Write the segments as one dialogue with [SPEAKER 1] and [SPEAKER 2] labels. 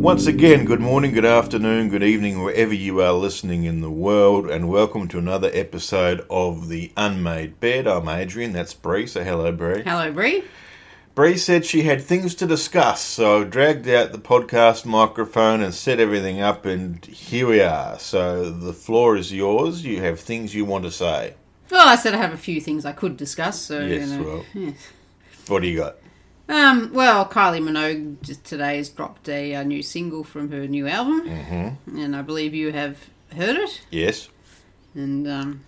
[SPEAKER 1] Once again, good morning, good afternoon, good evening, wherever you are listening in the world, and welcome to another episode of The Unmade Bed. I'm Adrian, that's Bree, so hello, Bree.
[SPEAKER 2] Hello, Bree.
[SPEAKER 1] Bree said she had things to discuss, so I dragged out the podcast microphone and set everything up, and here we are. So the floor is yours. You have things you want to say.
[SPEAKER 2] Well, I said I have a few things I could discuss. So you
[SPEAKER 1] Yes,
[SPEAKER 2] know.
[SPEAKER 1] well.
[SPEAKER 2] yes.
[SPEAKER 1] What do you got?
[SPEAKER 2] Um, well, Kylie Minogue just today has dropped a, uh new single from her new album, mm-hmm. and I believe you have heard it.
[SPEAKER 1] Yes.
[SPEAKER 2] And um,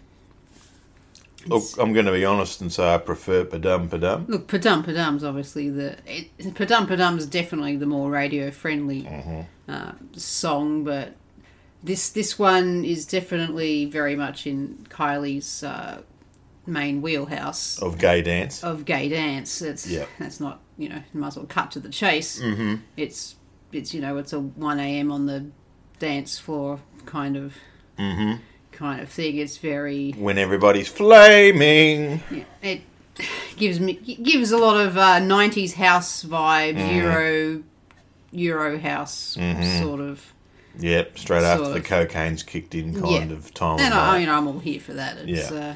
[SPEAKER 1] Look, I'm going to be honest and say I prefer Padum Padum.
[SPEAKER 2] look, Padum Padum's obviously the it, Padum Padum's definitely the more radio friendly
[SPEAKER 1] Mm-hmm.
[SPEAKER 2] uh, song, but this this one is definitely very much in Kylie's uh, main wheelhouse.
[SPEAKER 1] Of gay dance.
[SPEAKER 2] of gay dance. It's
[SPEAKER 1] Yeah.
[SPEAKER 2] that's not you know you might as well cut to the chase. Mm-hmm. It's it's you know it's a one a.m. on the dance floor kind of kind of thing. It's very
[SPEAKER 1] When everybody's flaming.
[SPEAKER 2] yeah, it gives me gives a lot of uh, '90s house vibe, Euro Euro house sort of.
[SPEAKER 1] Yep, straight after
[SPEAKER 2] Sort
[SPEAKER 1] the
[SPEAKER 2] of.
[SPEAKER 1] cocaine's kicked in kind
[SPEAKER 2] Yeah.
[SPEAKER 1] of time. of
[SPEAKER 2] And I,
[SPEAKER 1] night.
[SPEAKER 2] you know, I'm all here for that. It's,
[SPEAKER 1] Yeah.
[SPEAKER 2] uh,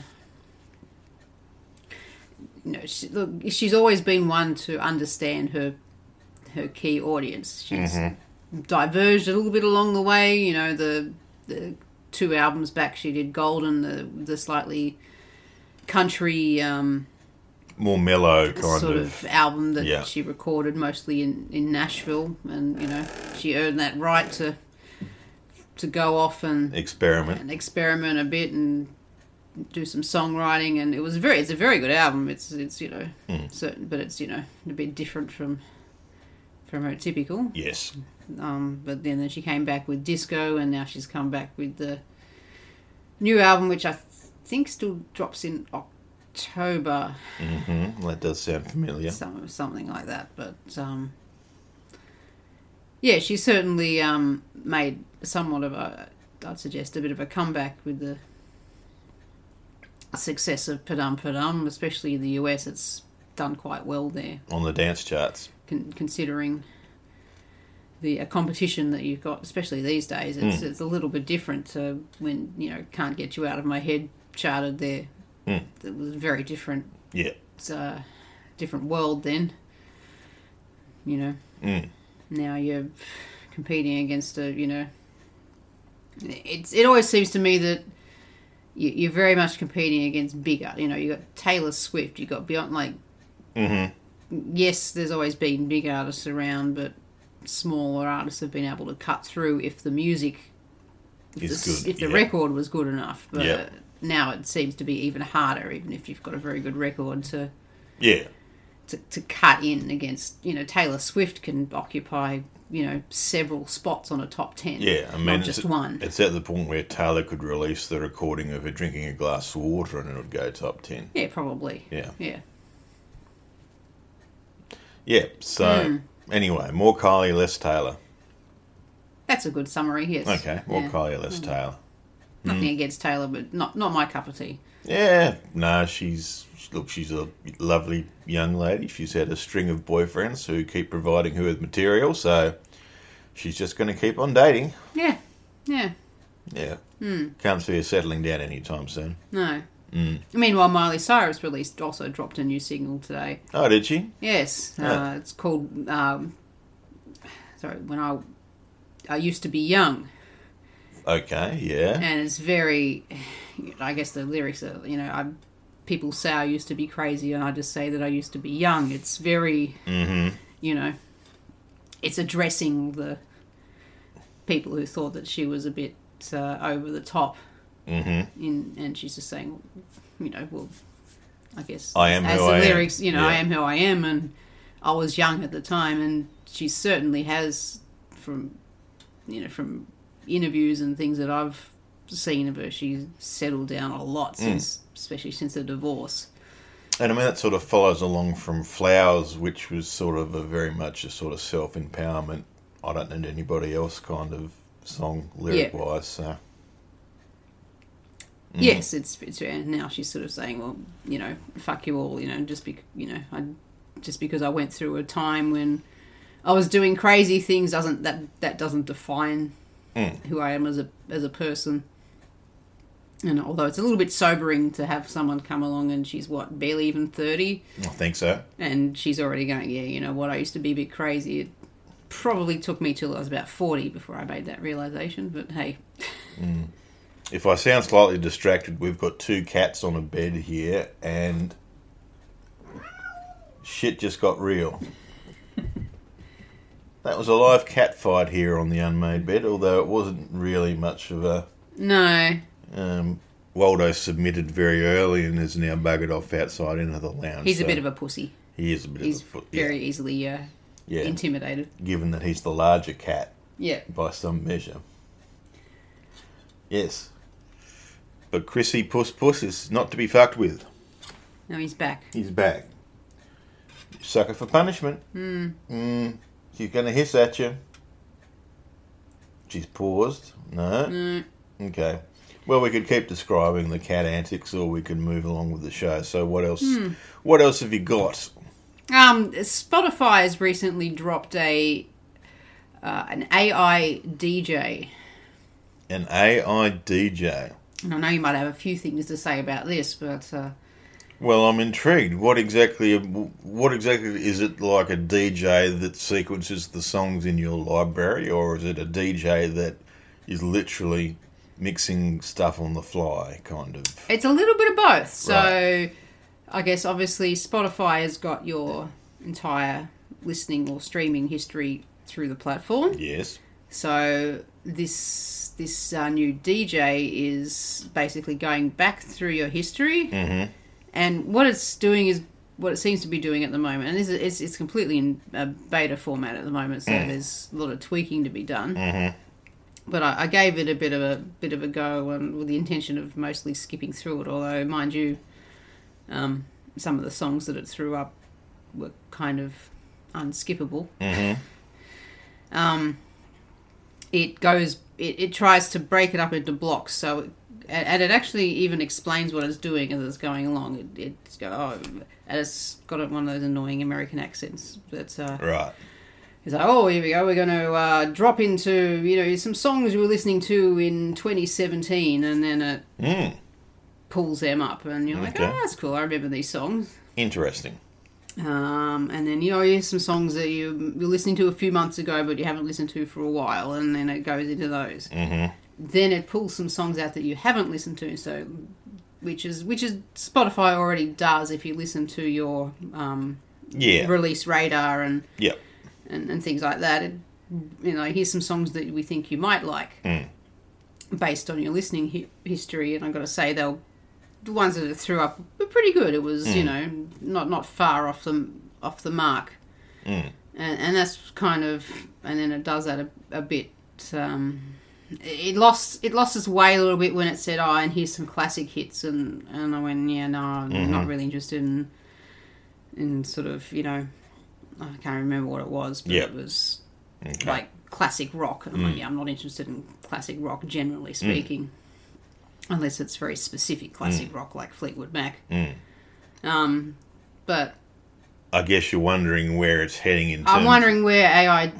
[SPEAKER 2] you know, she, look, she's always been one to understand her her key audience. She's
[SPEAKER 1] Mm-hmm.
[SPEAKER 2] diverged a little bit along the way. You know, the the two albums back, she did Golden, the the slightly country um,
[SPEAKER 1] More mellow kind
[SPEAKER 2] sort
[SPEAKER 1] of.
[SPEAKER 2] of, album that
[SPEAKER 1] yeah.
[SPEAKER 2] she recorded mostly in, in Nashville, and you know, she earned that right to to go off and
[SPEAKER 1] experiment.
[SPEAKER 2] and experiment a bit and do some songwriting and it was very it's a very good album it's it's you know certain but it's you know a bit different from from her typical
[SPEAKER 1] Yes.
[SPEAKER 2] um but then, then she came back with disco and now she's come back with the new album which i th- think still drops in october
[SPEAKER 1] Mm, that does sound familiar.
[SPEAKER 2] some, something like that. But um, yeah, she certainly um, made somewhat of a, I'd suggest, a bit of a comeback with the success of Padum Padum, especially in the US. It's done quite well there,
[SPEAKER 1] On the dance charts.
[SPEAKER 2] con- considering the uh, competition that you've got, especially these days. It's, it's a little bit different to when, you know, Can't Get You Out of My Head charted there. It was very different
[SPEAKER 1] Yeah.
[SPEAKER 2] it's a different world then. You know,
[SPEAKER 1] Mm.
[SPEAKER 2] now you're competing against a you know. It's it always seems to me that you, you're very much competing against bigger. You know, you got Taylor Swift, you got Beyond. Like,
[SPEAKER 1] Mm-hmm.
[SPEAKER 2] yes, there's always been big artists around, but smaller artists have been able to cut through if the music, if
[SPEAKER 1] It's
[SPEAKER 2] the, s-
[SPEAKER 1] good,
[SPEAKER 2] if the
[SPEAKER 1] yeah.
[SPEAKER 2] record was good enough. But
[SPEAKER 1] Yeah.
[SPEAKER 2] now it seems to be even harder, even if you've got a very good record to
[SPEAKER 1] Yeah.
[SPEAKER 2] to, to cut in against you know Taylor Swift can occupy you know several spots on a top ten.
[SPEAKER 1] Yeah. I mean,
[SPEAKER 2] not
[SPEAKER 1] it's-
[SPEAKER 2] just one.
[SPEAKER 1] It's at the point where Taylor could release the recording of her drinking a glass of water and it would go top 10.
[SPEAKER 2] Yeah, probably.
[SPEAKER 1] Yeah.
[SPEAKER 2] Yeah.
[SPEAKER 1] Yeah. So,
[SPEAKER 2] Hmm.
[SPEAKER 1] anyway, more Kylie, less Taylor.
[SPEAKER 2] That's a good summary. Yes.
[SPEAKER 1] Okay. Mm. More
[SPEAKER 2] Yeah. Hmm.
[SPEAKER 1] Kylie, less Taylor.
[SPEAKER 2] Nothing against Taylor, but not not my cup of tea.
[SPEAKER 1] Yeah. No, she's. Look, she's a lovely young lady. She's had a string of boyfriends who keep providing her with material, so she's just going to keep on dating.
[SPEAKER 2] Yeah. Yeah.
[SPEAKER 1] Yeah. Can't see her settling down anytime soon.
[SPEAKER 2] No.
[SPEAKER 1] Mm.
[SPEAKER 2] Meanwhile, Miley Cyrus released also dropped a new single today.
[SPEAKER 1] Oh, did she?
[SPEAKER 2] Yes,
[SPEAKER 1] Yeah.
[SPEAKER 2] uh, it's called. Um, sorry, when I I used to be young.
[SPEAKER 1] Okay, yeah.
[SPEAKER 2] and it's very i guess the lyrics are you know i people say i used to be crazy and i just say that i used to be young it's very you know it's addressing the people who thought that she was a bit uh, over the top mm-hmm. in and she's just saying you know well i guess
[SPEAKER 1] I am
[SPEAKER 2] as
[SPEAKER 1] who
[SPEAKER 2] the
[SPEAKER 1] I am.
[SPEAKER 2] lyrics you know i
[SPEAKER 1] Yeah.
[SPEAKER 2] am who i am and i was young at the time and she certainly has from you know from interviews and things that I've seen of her, she's settled down a
[SPEAKER 1] Mm.
[SPEAKER 2] lot since, especially since the divorce.
[SPEAKER 1] And I mean, that sort of follows along from Flowers, which was sort of a very much a sort of self empowerment, I don't need anybody else kind of song lyric wise. So,
[SPEAKER 2] Yes, it's it's and now she's sort of saying, well, you know, fuck you all, you know, just be, you know, I just because I went through a time when I was doing crazy things doesn't that that doesn't define who I am as a as a person. And although it's a little bit sobering to have someone come along and she's what barely even thirty,
[SPEAKER 1] I think so.
[SPEAKER 2] and she's already going, yeah, you know what, I used to be a bit crazy. It probably took me till I was about forty before I made that realization. But hey,
[SPEAKER 1] If I sound slightly distracted, we've got two cats on a bed here, and shit just got real. that was a live cat fight here on the unmade bed, although it wasn't really much of a.
[SPEAKER 2] no,
[SPEAKER 1] Um, Waldo submitted very early and is now buggered off outside into the lounge.
[SPEAKER 2] he's a bit of a pussy.
[SPEAKER 1] He is a bit
[SPEAKER 2] He's
[SPEAKER 1] of a foot.
[SPEAKER 2] very easily uh,
[SPEAKER 1] yeah, yeah.
[SPEAKER 2] intimidated.
[SPEAKER 1] given that he's the larger cat
[SPEAKER 2] Yeah.
[SPEAKER 1] by some measure. Yes. But Chrissy Puss Puss is not to be fucked with.
[SPEAKER 2] Now he's back.
[SPEAKER 1] He's back. Sucker for punishment. Mm. She's going to hiss at you. She's paused. No? Okay. Well, we could keep describing the cat antics, or we could move along with the show. So, what else? What else have you got?
[SPEAKER 2] Um, Spotify has recently dropped a uh, an AI DJ,
[SPEAKER 1] An AI DJ.
[SPEAKER 2] and I know you might have a few things to say about this, but uh,
[SPEAKER 1] Well, I'm intrigued. What exactly? What exactly is it like a DJ that sequences the songs in your library, or is it a DJ that is literally mixing stuff on the fly, kind of?
[SPEAKER 2] It's a little bit of both. So I guess obviously Spotify has got your entire listening or streaming history through the platform.
[SPEAKER 1] Yes.
[SPEAKER 2] So this this uh, new DJ is basically going back through your history, and what it's doing is what it seems to be doing at the moment, and this is, it's it's completely in a beta format at the moment, so there's a lot of tweaking to be done. But I, I gave it a bit of a bit of a go, um, with the intention of mostly skipping through it. Although, mind you, um, some of the songs that it threw up were kind of unskippable Um, it goes it, it tries to break it up into blocks so it, and and it actually even explains what it's doing as it's going along it, it's go oh and it's got one of those annoying american accents that's uh
[SPEAKER 1] Right.
[SPEAKER 2] it's like oh here we go we're going to uh drop into you know some songs you were listening to in 2017 and then it
[SPEAKER 1] Mm.
[SPEAKER 2] pulls them up and you're like
[SPEAKER 1] Okay.
[SPEAKER 2] oh that's cool i remember these songs
[SPEAKER 1] Interesting.
[SPEAKER 2] um, and then you know here's some songs that you were listening to a few months ago, but you haven't listened to for a while, and then it goes into those. Mm-hmm. Then it pulls some songs out that you haven't listened to, so which is which is Spotify already does if you listen to your um,
[SPEAKER 1] Yeah.
[SPEAKER 2] release radar and,
[SPEAKER 1] Yep.
[SPEAKER 2] and and things like that. It, you know, here's some songs that we think you might like
[SPEAKER 1] Mm.
[SPEAKER 2] based on your listening hi- history, and I've got to say they'll the ones that it threw up were pretty good. It was you know not not far off the off the mark, and, and that's kind of and then it does that a, a bit. Um, it it lost it lost its way a little bit when it said, "Oh, and here's some classic hits," and and I went, "Yeah, no, I'm not really interested in in sort of you know I can't remember what it was, but
[SPEAKER 1] Yeah.
[SPEAKER 2] it was like classic rock. And I'm like, yeah, I'm not interested in classic rock generally speaking, unless it's very specific classic rock like Fleetwood Mac. Um, but
[SPEAKER 1] Mm. I guess you're wondering where it's heading in terms.
[SPEAKER 2] I'm wondering where AI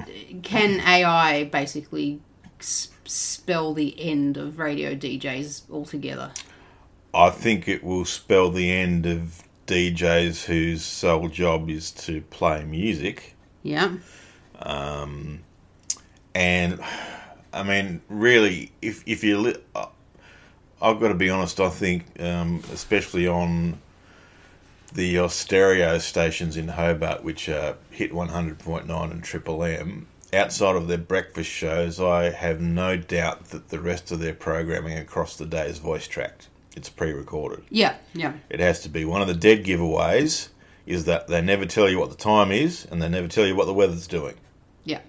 [SPEAKER 2] can AI basically s- spell the end of radio DJs altogether.
[SPEAKER 1] I think it will spell the end of DJs whose sole job is to play music.
[SPEAKER 2] Yeah,
[SPEAKER 1] and I mean, really, if if you, li- I- I've got to be honest. I think, um, especially on the uh, stereo stations in Hobart, which are Hit One Hundred Point Nine and Triple M, outside of their breakfast shows, I have no doubt that the rest of their programming across the day is voice tracked. It's pre-recorded.
[SPEAKER 2] yeah, yeah.
[SPEAKER 1] It has to be one of the dead giveaways. Is that they never tell you what the time is, and they never tell you what the weather's doing.
[SPEAKER 2] Yeah,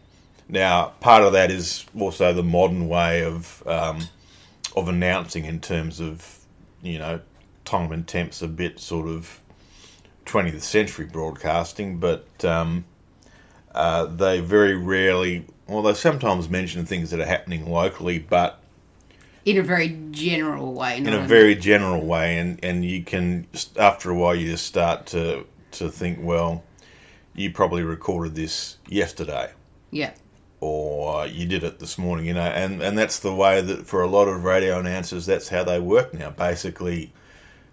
[SPEAKER 1] Now, part of that is also the modern way of um, of announcing in terms of you know time and temps a bit sort of 20th century broadcasting, but um, uh, they very rarely, well, they sometimes mention things that are happening locally, but
[SPEAKER 2] in a very general way. Not
[SPEAKER 1] in a very general way, and, and you can after a while you just start to to think, well, you probably recorded this yesterday
[SPEAKER 2] Yeah.
[SPEAKER 1] or you did it this morning, you know, and, and that's the way that for a lot of radio announcers, that's how they work now. Basically,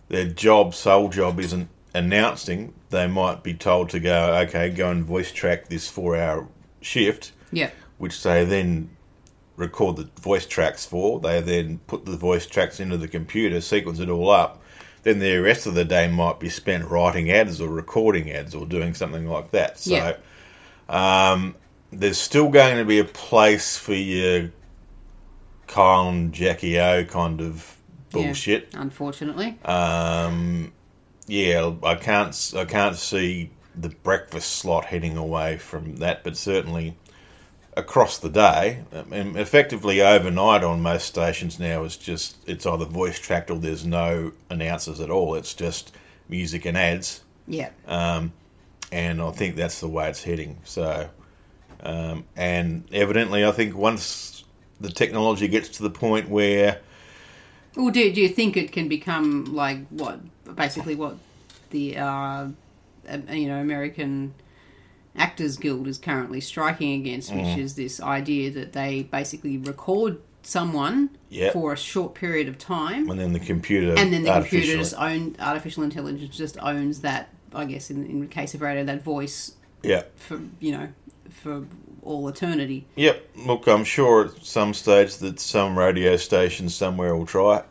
[SPEAKER 1] their job, sole job, isn't announcing. They might be told to go, okay, go and voice track this four hour shift,
[SPEAKER 2] Yeah.
[SPEAKER 1] which they then record the voice tracks for. They then put the voice tracks into the computer, sequence it all up. Then the rest of the day might be spent writing ads or recording ads or doing something like that. So um,
[SPEAKER 2] Yeah.
[SPEAKER 1] there's still going to be a place for your Kyle and Jackie O kind of bullshit.
[SPEAKER 2] Yeah. Unfortunately.
[SPEAKER 1] Uh, Yeah, I can't s- I can't see the breakfast slot heading away from that, but certainly across the day, I mean, effectively overnight on most stations now is just it's either voice tracked or there's no announcers at all. It's just music and ads.
[SPEAKER 2] yeah.
[SPEAKER 1] and I think that's the way it's heading. So, um, and evidently, I think once the technology gets to the point where
[SPEAKER 2] Well, do do you think it can become like what basically what the uh, um, you know American Actors Guild is currently striking against,
[SPEAKER 1] Mm.
[SPEAKER 2] which is this idea that they basically record someone
[SPEAKER 1] Yep.
[SPEAKER 2] for a short period of time,
[SPEAKER 1] and then the computer
[SPEAKER 2] and then the
[SPEAKER 1] artificially-
[SPEAKER 2] computer just own artificial intelligence just owns that. I guess in in the case of radio, that voice
[SPEAKER 1] yeah
[SPEAKER 2] for you know for all eternity.
[SPEAKER 1] yep look I'm sure at some stage that some radio station somewhere will try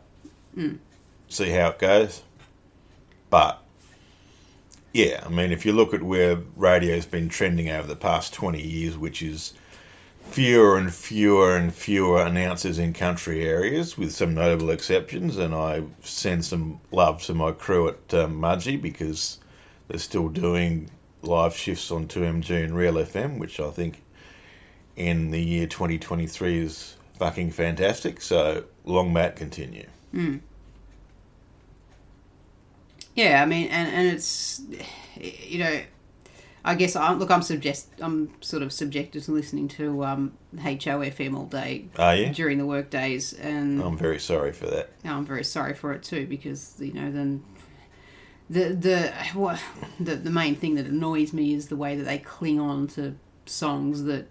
[SPEAKER 1] it see how it goes but yeah I mean if you look at where radio's been trending over the past 20 years which is fewer and fewer and fewer announcers in country areas, with some notable exceptions. And I send some love to my crew at um, Mudgee because they're still doing live shifts on 2MG and Real FM, which I think in the year 2023 is fucking fantastic. So long may it continue.
[SPEAKER 2] Yeah, I mean, and and it's you know, I guess I look. I'm suggest I'm sort of subjected to listening to um, HOFM all day
[SPEAKER 1] Are you?
[SPEAKER 2] during the work days, and
[SPEAKER 1] I'm very sorry for that.
[SPEAKER 2] I'm very sorry for it too because you know then. The the what the the main thing that annoys me is the way that they cling on to songs that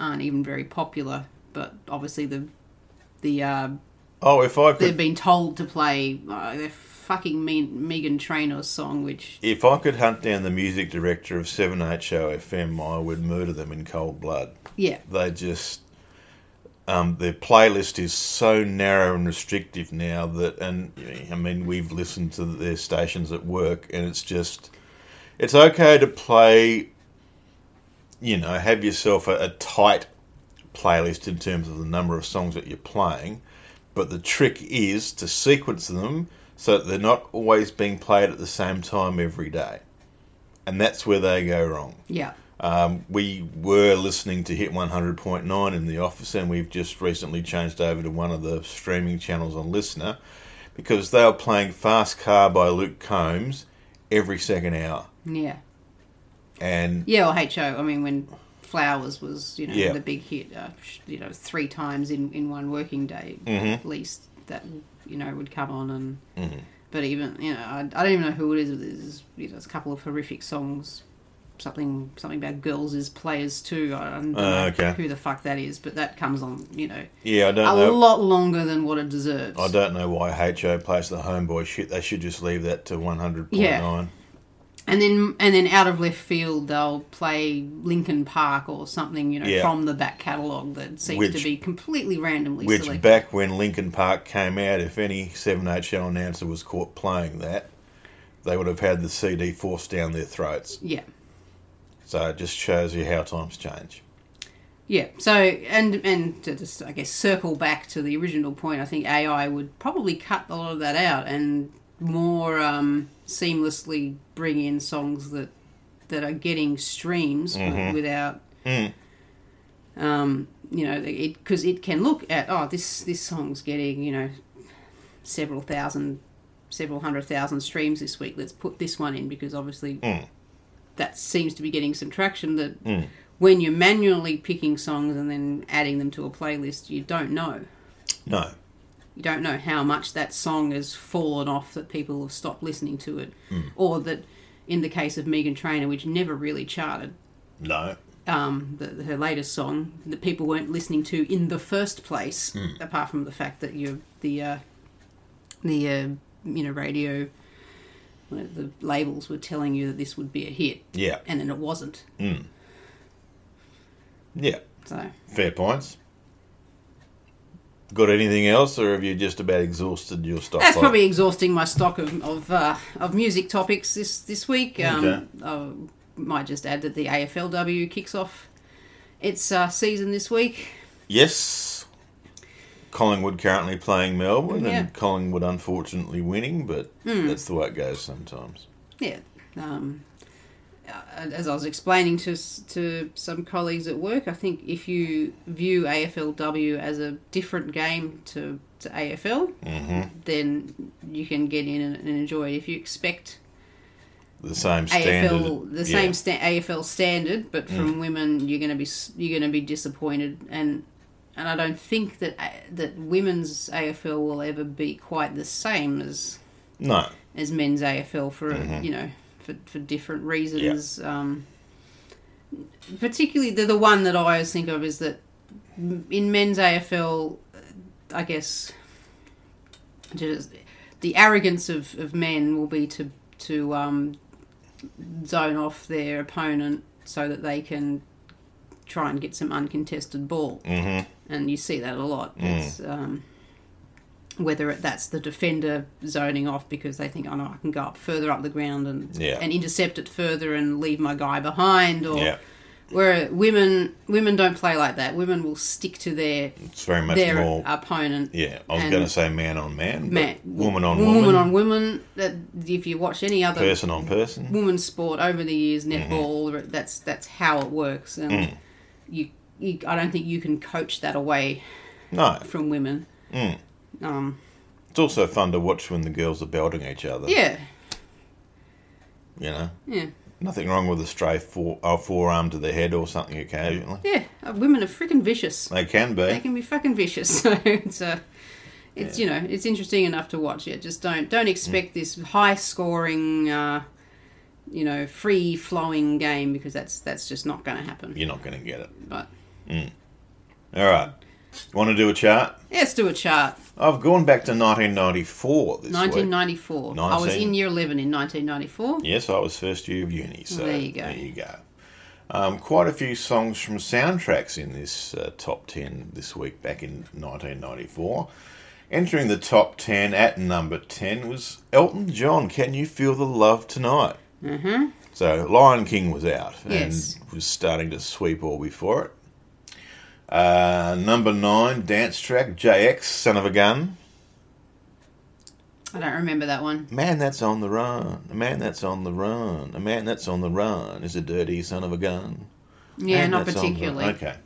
[SPEAKER 2] aren't even very popular, but obviously the the uh,
[SPEAKER 1] Oh, if I
[SPEAKER 2] they've
[SPEAKER 1] could,
[SPEAKER 2] been told to play uh, their fucking Me- Megan Trainor song, which
[SPEAKER 1] if I could hunt down the music director of 7HOFM, I would murder them in cold blood.
[SPEAKER 2] yeah,
[SPEAKER 1] they just um, their playlist is so narrow and restrictive now that and I mean we've listened to their stations at work and it's just it's okay to play you know have yourself a, a tight playlist in terms of the number of songs that you're playing but the trick is to sequence them so that they're not always being played at the same time every day and that's where they go wrong
[SPEAKER 2] yeah.
[SPEAKER 1] um, we were listening to Hit 100.9 in the office, and we've just recently changed over to one of the streaming channels on Listener because they were playing Fast Car by Luke Combs every second hour.
[SPEAKER 2] Yeah.
[SPEAKER 1] And
[SPEAKER 2] Yeah, or HO. I mean, when Flowers was, you know,
[SPEAKER 1] Yeah.
[SPEAKER 2] the big hit, uh, sh- you know, three times in, in one working day
[SPEAKER 1] Mm-hmm.
[SPEAKER 2] at least, that, you know, would come on. and But even, you know, I, I don't even know who it is. There's, you know, it's a couple of horrific songs. Something something about girls as players too. I don't know
[SPEAKER 1] Ah, okay.
[SPEAKER 2] who the fuck that is, but that comes on, you know,
[SPEAKER 1] yeah, I don't
[SPEAKER 2] a
[SPEAKER 1] know.
[SPEAKER 2] lot longer than what it deserves.
[SPEAKER 1] I don't know why HO plays the homeboy shit. They should just leave that to 100.9.
[SPEAKER 2] and then and then out of left field they'll play Lincoln Park or something you know
[SPEAKER 1] Yeah.
[SPEAKER 2] from the back catalogue that seems
[SPEAKER 1] Which-
[SPEAKER 2] to be completely randomly
[SPEAKER 1] Which
[SPEAKER 2] selected.
[SPEAKER 1] back when Lincoln Park came out, if any 7HL announcer was caught playing that, they would have had the CD forced down their throats.
[SPEAKER 2] yeah,
[SPEAKER 1] So it just shows you how times change.
[SPEAKER 2] yeah. So and and to just I guess circle back to the original point, I think AI would probably cut a lot of that out and more um, seamlessly bring in songs that that are getting streams w- without. Um, you know, it because it can look at oh this this song's getting you know several thousand, several hundred thousand streams this week. Let's put this one in because obviously that seems to be getting some traction. That when you're manually picking songs and then adding them to a playlist, you don't know.
[SPEAKER 1] No.
[SPEAKER 2] You don't know how much that song has fallen off that people have stopped listening to it, or that in the case of Megan Trainor, which never really charted,
[SPEAKER 1] No.
[SPEAKER 2] um, the, her latest song that people weren't listening to in the first place, apart from the fact that you the uh, the uh, you know radio uh, the labels were telling you that this would be a hit,
[SPEAKER 1] Yeah.
[SPEAKER 2] and then it wasn't.
[SPEAKER 1] Yeah.
[SPEAKER 2] So
[SPEAKER 1] Fair points. Got anything else, or have you just about exhausted your stock?
[SPEAKER 2] that's
[SPEAKER 1] pile?
[SPEAKER 2] probably exhausting my stock of of, uh, of music topics this this week. Um,
[SPEAKER 1] Okay.
[SPEAKER 2] I might just add that the AFLW kicks off its uh, season this week.
[SPEAKER 1] Yes. Collingwood currently playing Melbourne,
[SPEAKER 2] Yeah. Hmm.
[SPEAKER 1] and Collingwood unfortunately winning, but that's the way it goes sometimes.
[SPEAKER 2] Yeah. Um, uh, as I was explaining to s- to some colleagues at work, I think if you view AFLW as a different game to, to AFL, then you can get in and, and enjoy it. If you expect
[SPEAKER 1] The same standard.
[SPEAKER 2] AFL the
[SPEAKER 1] yeah. Mm.
[SPEAKER 2] same sta- AFL standard, but from women, you're going to be s- you're going to be disappointed, and and I don't think that a- that women's AFL will ever be quite the same as
[SPEAKER 1] No.
[SPEAKER 2] as men's AFL for you know for, for different reasons. Um, particularly the the one that I always think of is that m- in men's AFL, uh, I guess just the arrogance of, of men will be to to um, zone off their opponent so that they can try and get some uncontested ball
[SPEAKER 1] Mm-hmm.
[SPEAKER 2] and you see that a lot.
[SPEAKER 1] Mm.
[SPEAKER 2] It's, um, whether it, that's the defender zoning off because they think, oh no, I can go up further up the ground and
[SPEAKER 1] Yeah.
[SPEAKER 2] and intercept it further and leave my guy behind, or
[SPEAKER 1] Yeah.
[SPEAKER 2] where women women don't play like that. Women will stick to their
[SPEAKER 1] It's very much
[SPEAKER 2] their
[SPEAKER 1] more.
[SPEAKER 2] opponent.
[SPEAKER 1] yeah. I was
[SPEAKER 2] and-
[SPEAKER 1] going to say man on man, but
[SPEAKER 2] Man-
[SPEAKER 1] woman on woman,
[SPEAKER 2] woman, on woman. That if you watch any other
[SPEAKER 1] person on person.
[SPEAKER 2] women's sport over the years,
[SPEAKER 1] Mm-hmm.
[SPEAKER 2] netball. That's that's how it works, and
[SPEAKER 1] Mm.
[SPEAKER 2] you, you. I don't think you can coach that away
[SPEAKER 1] No.
[SPEAKER 2] from women.
[SPEAKER 1] Mm.
[SPEAKER 2] Um,
[SPEAKER 1] It's also fun to watch when the girls are belting each other.
[SPEAKER 2] yeah,
[SPEAKER 1] You know,
[SPEAKER 2] yeah.
[SPEAKER 1] nothing wrong with a stray fore, uh, forearm to the head or something occasionally.
[SPEAKER 2] Yeah, uh, women are freaking vicious.
[SPEAKER 1] They can be.
[SPEAKER 2] They can be fucking vicious. So it's uh, it's you know it's interesting enough to watch. Yeah, just don't don't
[SPEAKER 1] Mm.
[SPEAKER 2] expect this high scoring, uh, you know, free flowing game because that's that's just not going to happen.
[SPEAKER 1] You're not going to get it.
[SPEAKER 2] But
[SPEAKER 1] All right. Want to do a chart?
[SPEAKER 2] yeah, let's do a chart.
[SPEAKER 1] I've gone back to 1994 this week.
[SPEAKER 2] 1994. I was
[SPEAKER 1] Nineteen-
[SPEAKER 2] in year 11 in 1994.
[SPEAKER 1] Yes, I was first year of uni. So
[SPEAKER 2] There you go.
[SPEAKER 1] There you go. Um, quite a few songs from soundtracks in this uh, top 10 this week back in 1994. Entering the top 10 at number 10 was Elton John, Can You Feel the Love Tonight? Mm-hmm. So Lion King was out
[SPEAKER 2] Yes.
[SPEAKER 1] and was starting to sweep all before it. Uh, number 9, dance track, JX, Son of a Gun.
[SPEAKER 2] I don't remember that one.
[SPEAKER 1] A man that's on the run, a man that's on the run, a man that's on the run is a dirty son of a gun.
[SPEAKER 2] Yeah,
[SPEAKER 1] Man
[SPEAKER 2] not
[SPEAKER 1] that's on the-
[SPEAKER 2] particularly.
[SPEAKER 1] okay.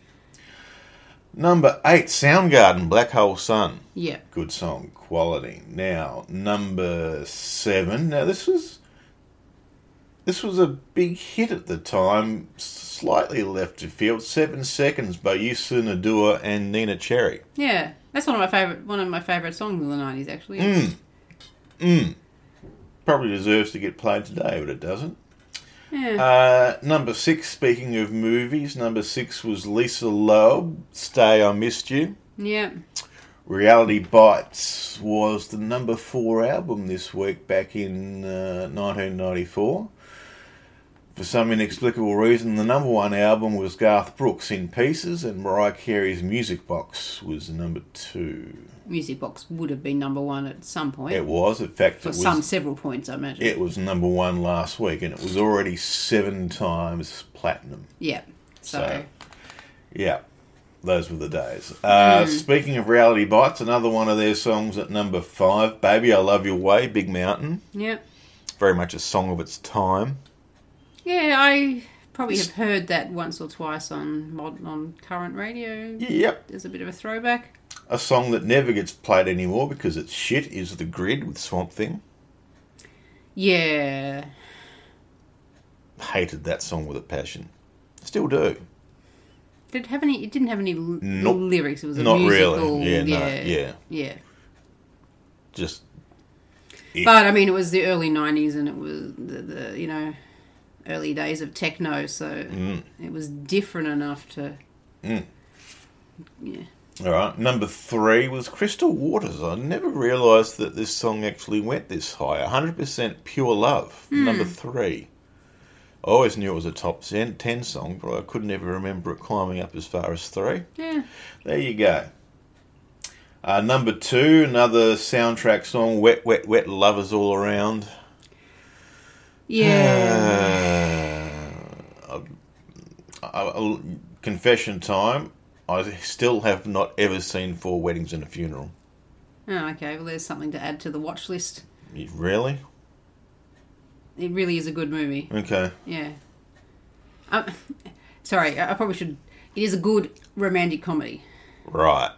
[SPEAKER 1] Number eight, Soundgarden, Black Hole Sun.
[SPEAKER 2] Yeah.
[SPEAKER 1] Good song, quality. Now, number seven. Now, this was this was a big hit at the time, slightly left of field. Seven Seconds by Yusu Nadua and Nina Cherry.
[SPEAKER 2] Yeah. That's one of my favorite one of my favorite songs of the 90s actually.
[SPEAKER 1] Hmm. Probably deserves to get played today, but it doesn't.
[SPEAKER 2] Yeah.
[SPEAKER 1] Uh, number six, speaking of movies, number six was Lisa Loeb, Stay I Missed You.
[SPEAKER 2] yeah.
[SPEAKER 1] Reality Bites was the number four album this week back in uh, 1994. For some inexplicable reason, the number one album was Garth Brooks in Pieces, and Mariah Carey's Music Box was number two.
[SPEAKER 2] Music Box would have been number 1 at some point.
[SPEAKER 1] It was, in fact,
[SPEAKER 2] for
[SPEAKER 1] it was
[SPEAKER 2] some several points, I imagine.
[SPEAKER 1] it was number one last week, and it was already seven times platinum.
[SPEAKER 2] Yeah. So,
[SPEAKER 1] So- Yeah, those were the days. Uh, Speaking of Reality Bites, another one of their songs at number five, Baby I Love Your Way, Big Mountain.
[SPEAKER 2] yeah.
[SPEAKER 1] Very much a song of its time.
[SPEAKER 2] Yeah, I probably have heard that once or twice on mod on current radio.
[SPEAKER 1] Yep.
[SPEAKER 2] There's a bit of a throwback.
[SPEAKER 1] A song that never gets played anymore because it's shit is The Grid with Swamp Thing.
[SPEAKER 2] Yeah.
[SPEAKER 1] Hated that song with a passion. Still do.
[SPEAKER 2] Did it have any it didn't have any l-
[SPEAKER 1] Nope.
[SPEAKER 2] lyrics. It was a
[SPEAKER 1] Not really.
[SPEAKER 2] musical.
[SPEAKER 1] Yeah, no,
[SPEAKER 2] yeah.
[SPEAKER 1] yeah.
[SPEAKER 2] Yeah.
[SPEAKER 1] Just.
[SPEAKER 2] But I mean, it was the early '90s, and it was the, the you know early days of techno, so
[SPEAKER 1] Mm.
[SPEAKER 2] it was different enough to. Yeah.
[SPEAKER 1] All right, number three was Crystal Waters. I never realised that this song actually went this high. 100% Pure Love, number three. I always knew it was a top 10 10 song, but I could never remember it climbing up as far as three.
[SPEAKER 2] Yeah.
[SPEAKER 1] There you go. Uh, number two, another soundtrack song, Wet, Wet, Wet Lovers All Around.
[SPEAKER 2] Yeah.
[SPEAKER 1] Uh, I- I- confession time. I still have not ever seen Four Weddings and a Funeral.
[SPEAKER 2] oh, okay. Well, there's something to add to the watch list.
[SPEAKER 1] You- Really?
[SPEAKER 2] It really is a good movie.
[SPEAKER 1] Okay.
[SPEAKER 2] Yeah. Um, sorry, I I probably should. It is a good romantic comedy.
[SPEAKER 1] Right.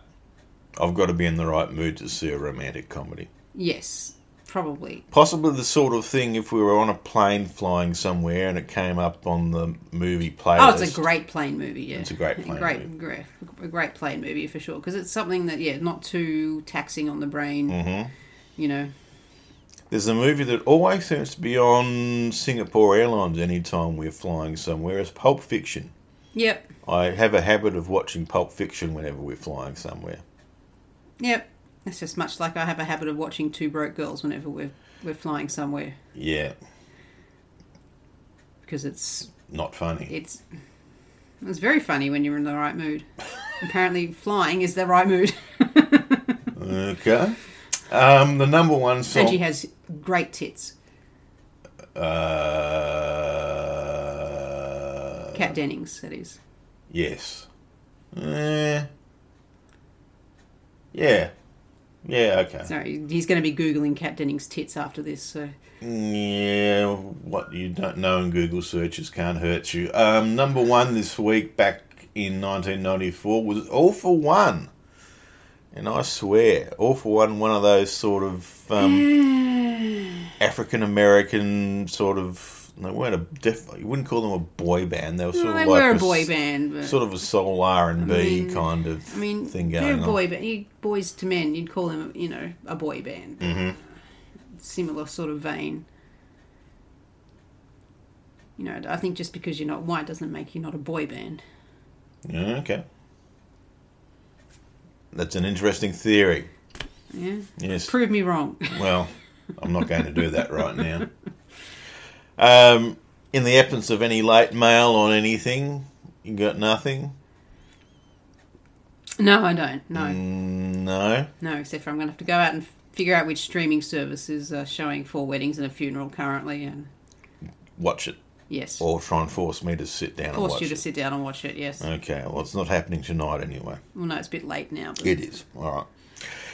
[SPEAKER 1] I've got to be in the right mood to see a romantic comedy.
[SPEAKER 2] Yes, probably.
[SPEAKER 1] Possibly the sort of thing if we were on a plane flying somewhere and it came up on the movie
[SPEAKER 2] Oh,
[SPEAKER 1] playlist.
[SPEAKER 2] it's a great plane movie. Yeah,
[SPEAKER 1] It's a great plane
[SPEAKER 2] great,
[SPEAKER 1] movie.
[SPEAKER 2] great, a great plane movie for sure. Because it's something that yeah, not too taxing on the brain.
[SPEAKER 1] Mm-hmm.
[SPEAKER 2] You know,
[SPEAKER 1] There's a movie that always seems to be on Singapore Airlines anytime we're flying somewhere. It's Pulp Fiction.
[SPEAKER 2] yep,
[SPEAKER 1] I have a habit of watching Pulp Fiction whenever we're flying somewhere.
[SPEAKER 2] yep. That's just much like I have a habit of watching Two Broke Girls whenever we're we're flying somewhere
[SPEAKER 1] Yeah,
[SPEAKER 2] because it's
[SPEAKER 1] not funny.
[SPEAKER 2] it's it's very funny when you're in the right mood. Apparently, flying is the right mood.
[SPEAKER 1] Okay. Um, the number one
[SPEAKER 2] Angie
[SPEAKER 1] song.
[SPEAKER 2] has great tits.
[SPEAKER 1] Uh,
[SPEAKER 2] Cat Dennings, that is.
[SPEAKER 1] Yes. Eh. yeah. Yeah, okay.
[SPEAKER 2] Sorry, he's going to be googling Cat Dennings tits after this. So
[SPEAKER 1] Yeah, what you don't know in Google searches can't hurt you. Um, number one this week back in 1994 was All for One. And I swear, All for One, one of those sort of um, African American sort of. They weren't a. Def, you wouldn't call them a boy band. They were sort
[SPEAKER 2] Well,
[SPEAKER 1] of
[SPEAKER 2] they
[SPEAKER 1] like
[SPEAKER 2] were a
[SPEAKER 1] s-
[SPEAKER 2] boy band. But...
[SPEAKER 1] Sort of a soul R and B
[SPEAKER 2] mean-
[SPEAKER 1] kind of
[SPEAKER 2] I mean,
[SPEAKER 1] thing
[SPEAKER 2] they're a
[SPEAKER 1] going on.
[SPEAKER 2] boy band. You, boys to men, you'd call them, you know, a boy band. Mm-hmm. Similar sort of vein. You know, I think just because you're not white doesn't make you not a boy band.
[SPEAKER 1] Yeah, okay. That's an interesting theory.
[SPEAKER 2] Yeah.
[SPEAKER 1] Yes.
[SPEAKER 2] Prove me wrong.
[SPEAKER 1] Well, I'm not going to do that right now. Um, in the absence of any late mail on anything, you got nothing?
[SPEAKER 2] no, I don't. No,
[SPEAKER 1] Mm, No.
[SPEAKER 2] no. Except for I'm going to have to go out and figure out which streaming service is uh, showing four weddings and a funeral currently. And
[SPEAKER 1] Watch it.
[SPEAKER 2] yes,
[SPEAKER 1] Or try and force me to sit down and
[SPEAKER 2] forced
[SPEAKER 1] watch
[SPEAKER 2] you to
[SPEAKER 1] it.
[SPEAKER 2] sit down and watch it. Yes.
[SPEAKER 1] Okay, well, it's not happening tonight anyway.
[SPEAKER 2] Well, no, it's a bit late now. But...
[SPEAKER 1] It is. All right.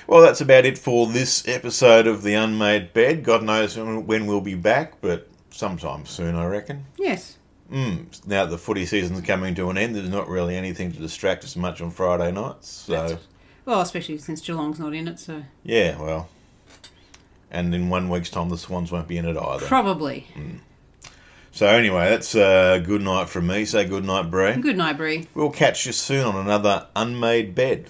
[SPEAKER 1] Well, that's about it for this episode of The Unmade Bed. God knows when when we'll be back, but sometime soon, I reckon.
[SPEAKER 2] Yes.
[SPEAKER 1] Mm, Now that the footy season's coming to an end, there's not really anything to distract us much on Friday nights. So.
[SPEAKER 2] Well, especially since Geelong's not in it, so
[SPEAKER 1] Yeah, well. And in one week's time, the Swans won't be in it either.
[SPEAKER 2] probably.
[SPEAKER 1] Mm. So, anyway, that's uh, good night from me. Say good night, Bree.
[SPEAKER 2] Good night, Bree.
[SPEAKER 1] We'll catch you soon on another Unmade Bed.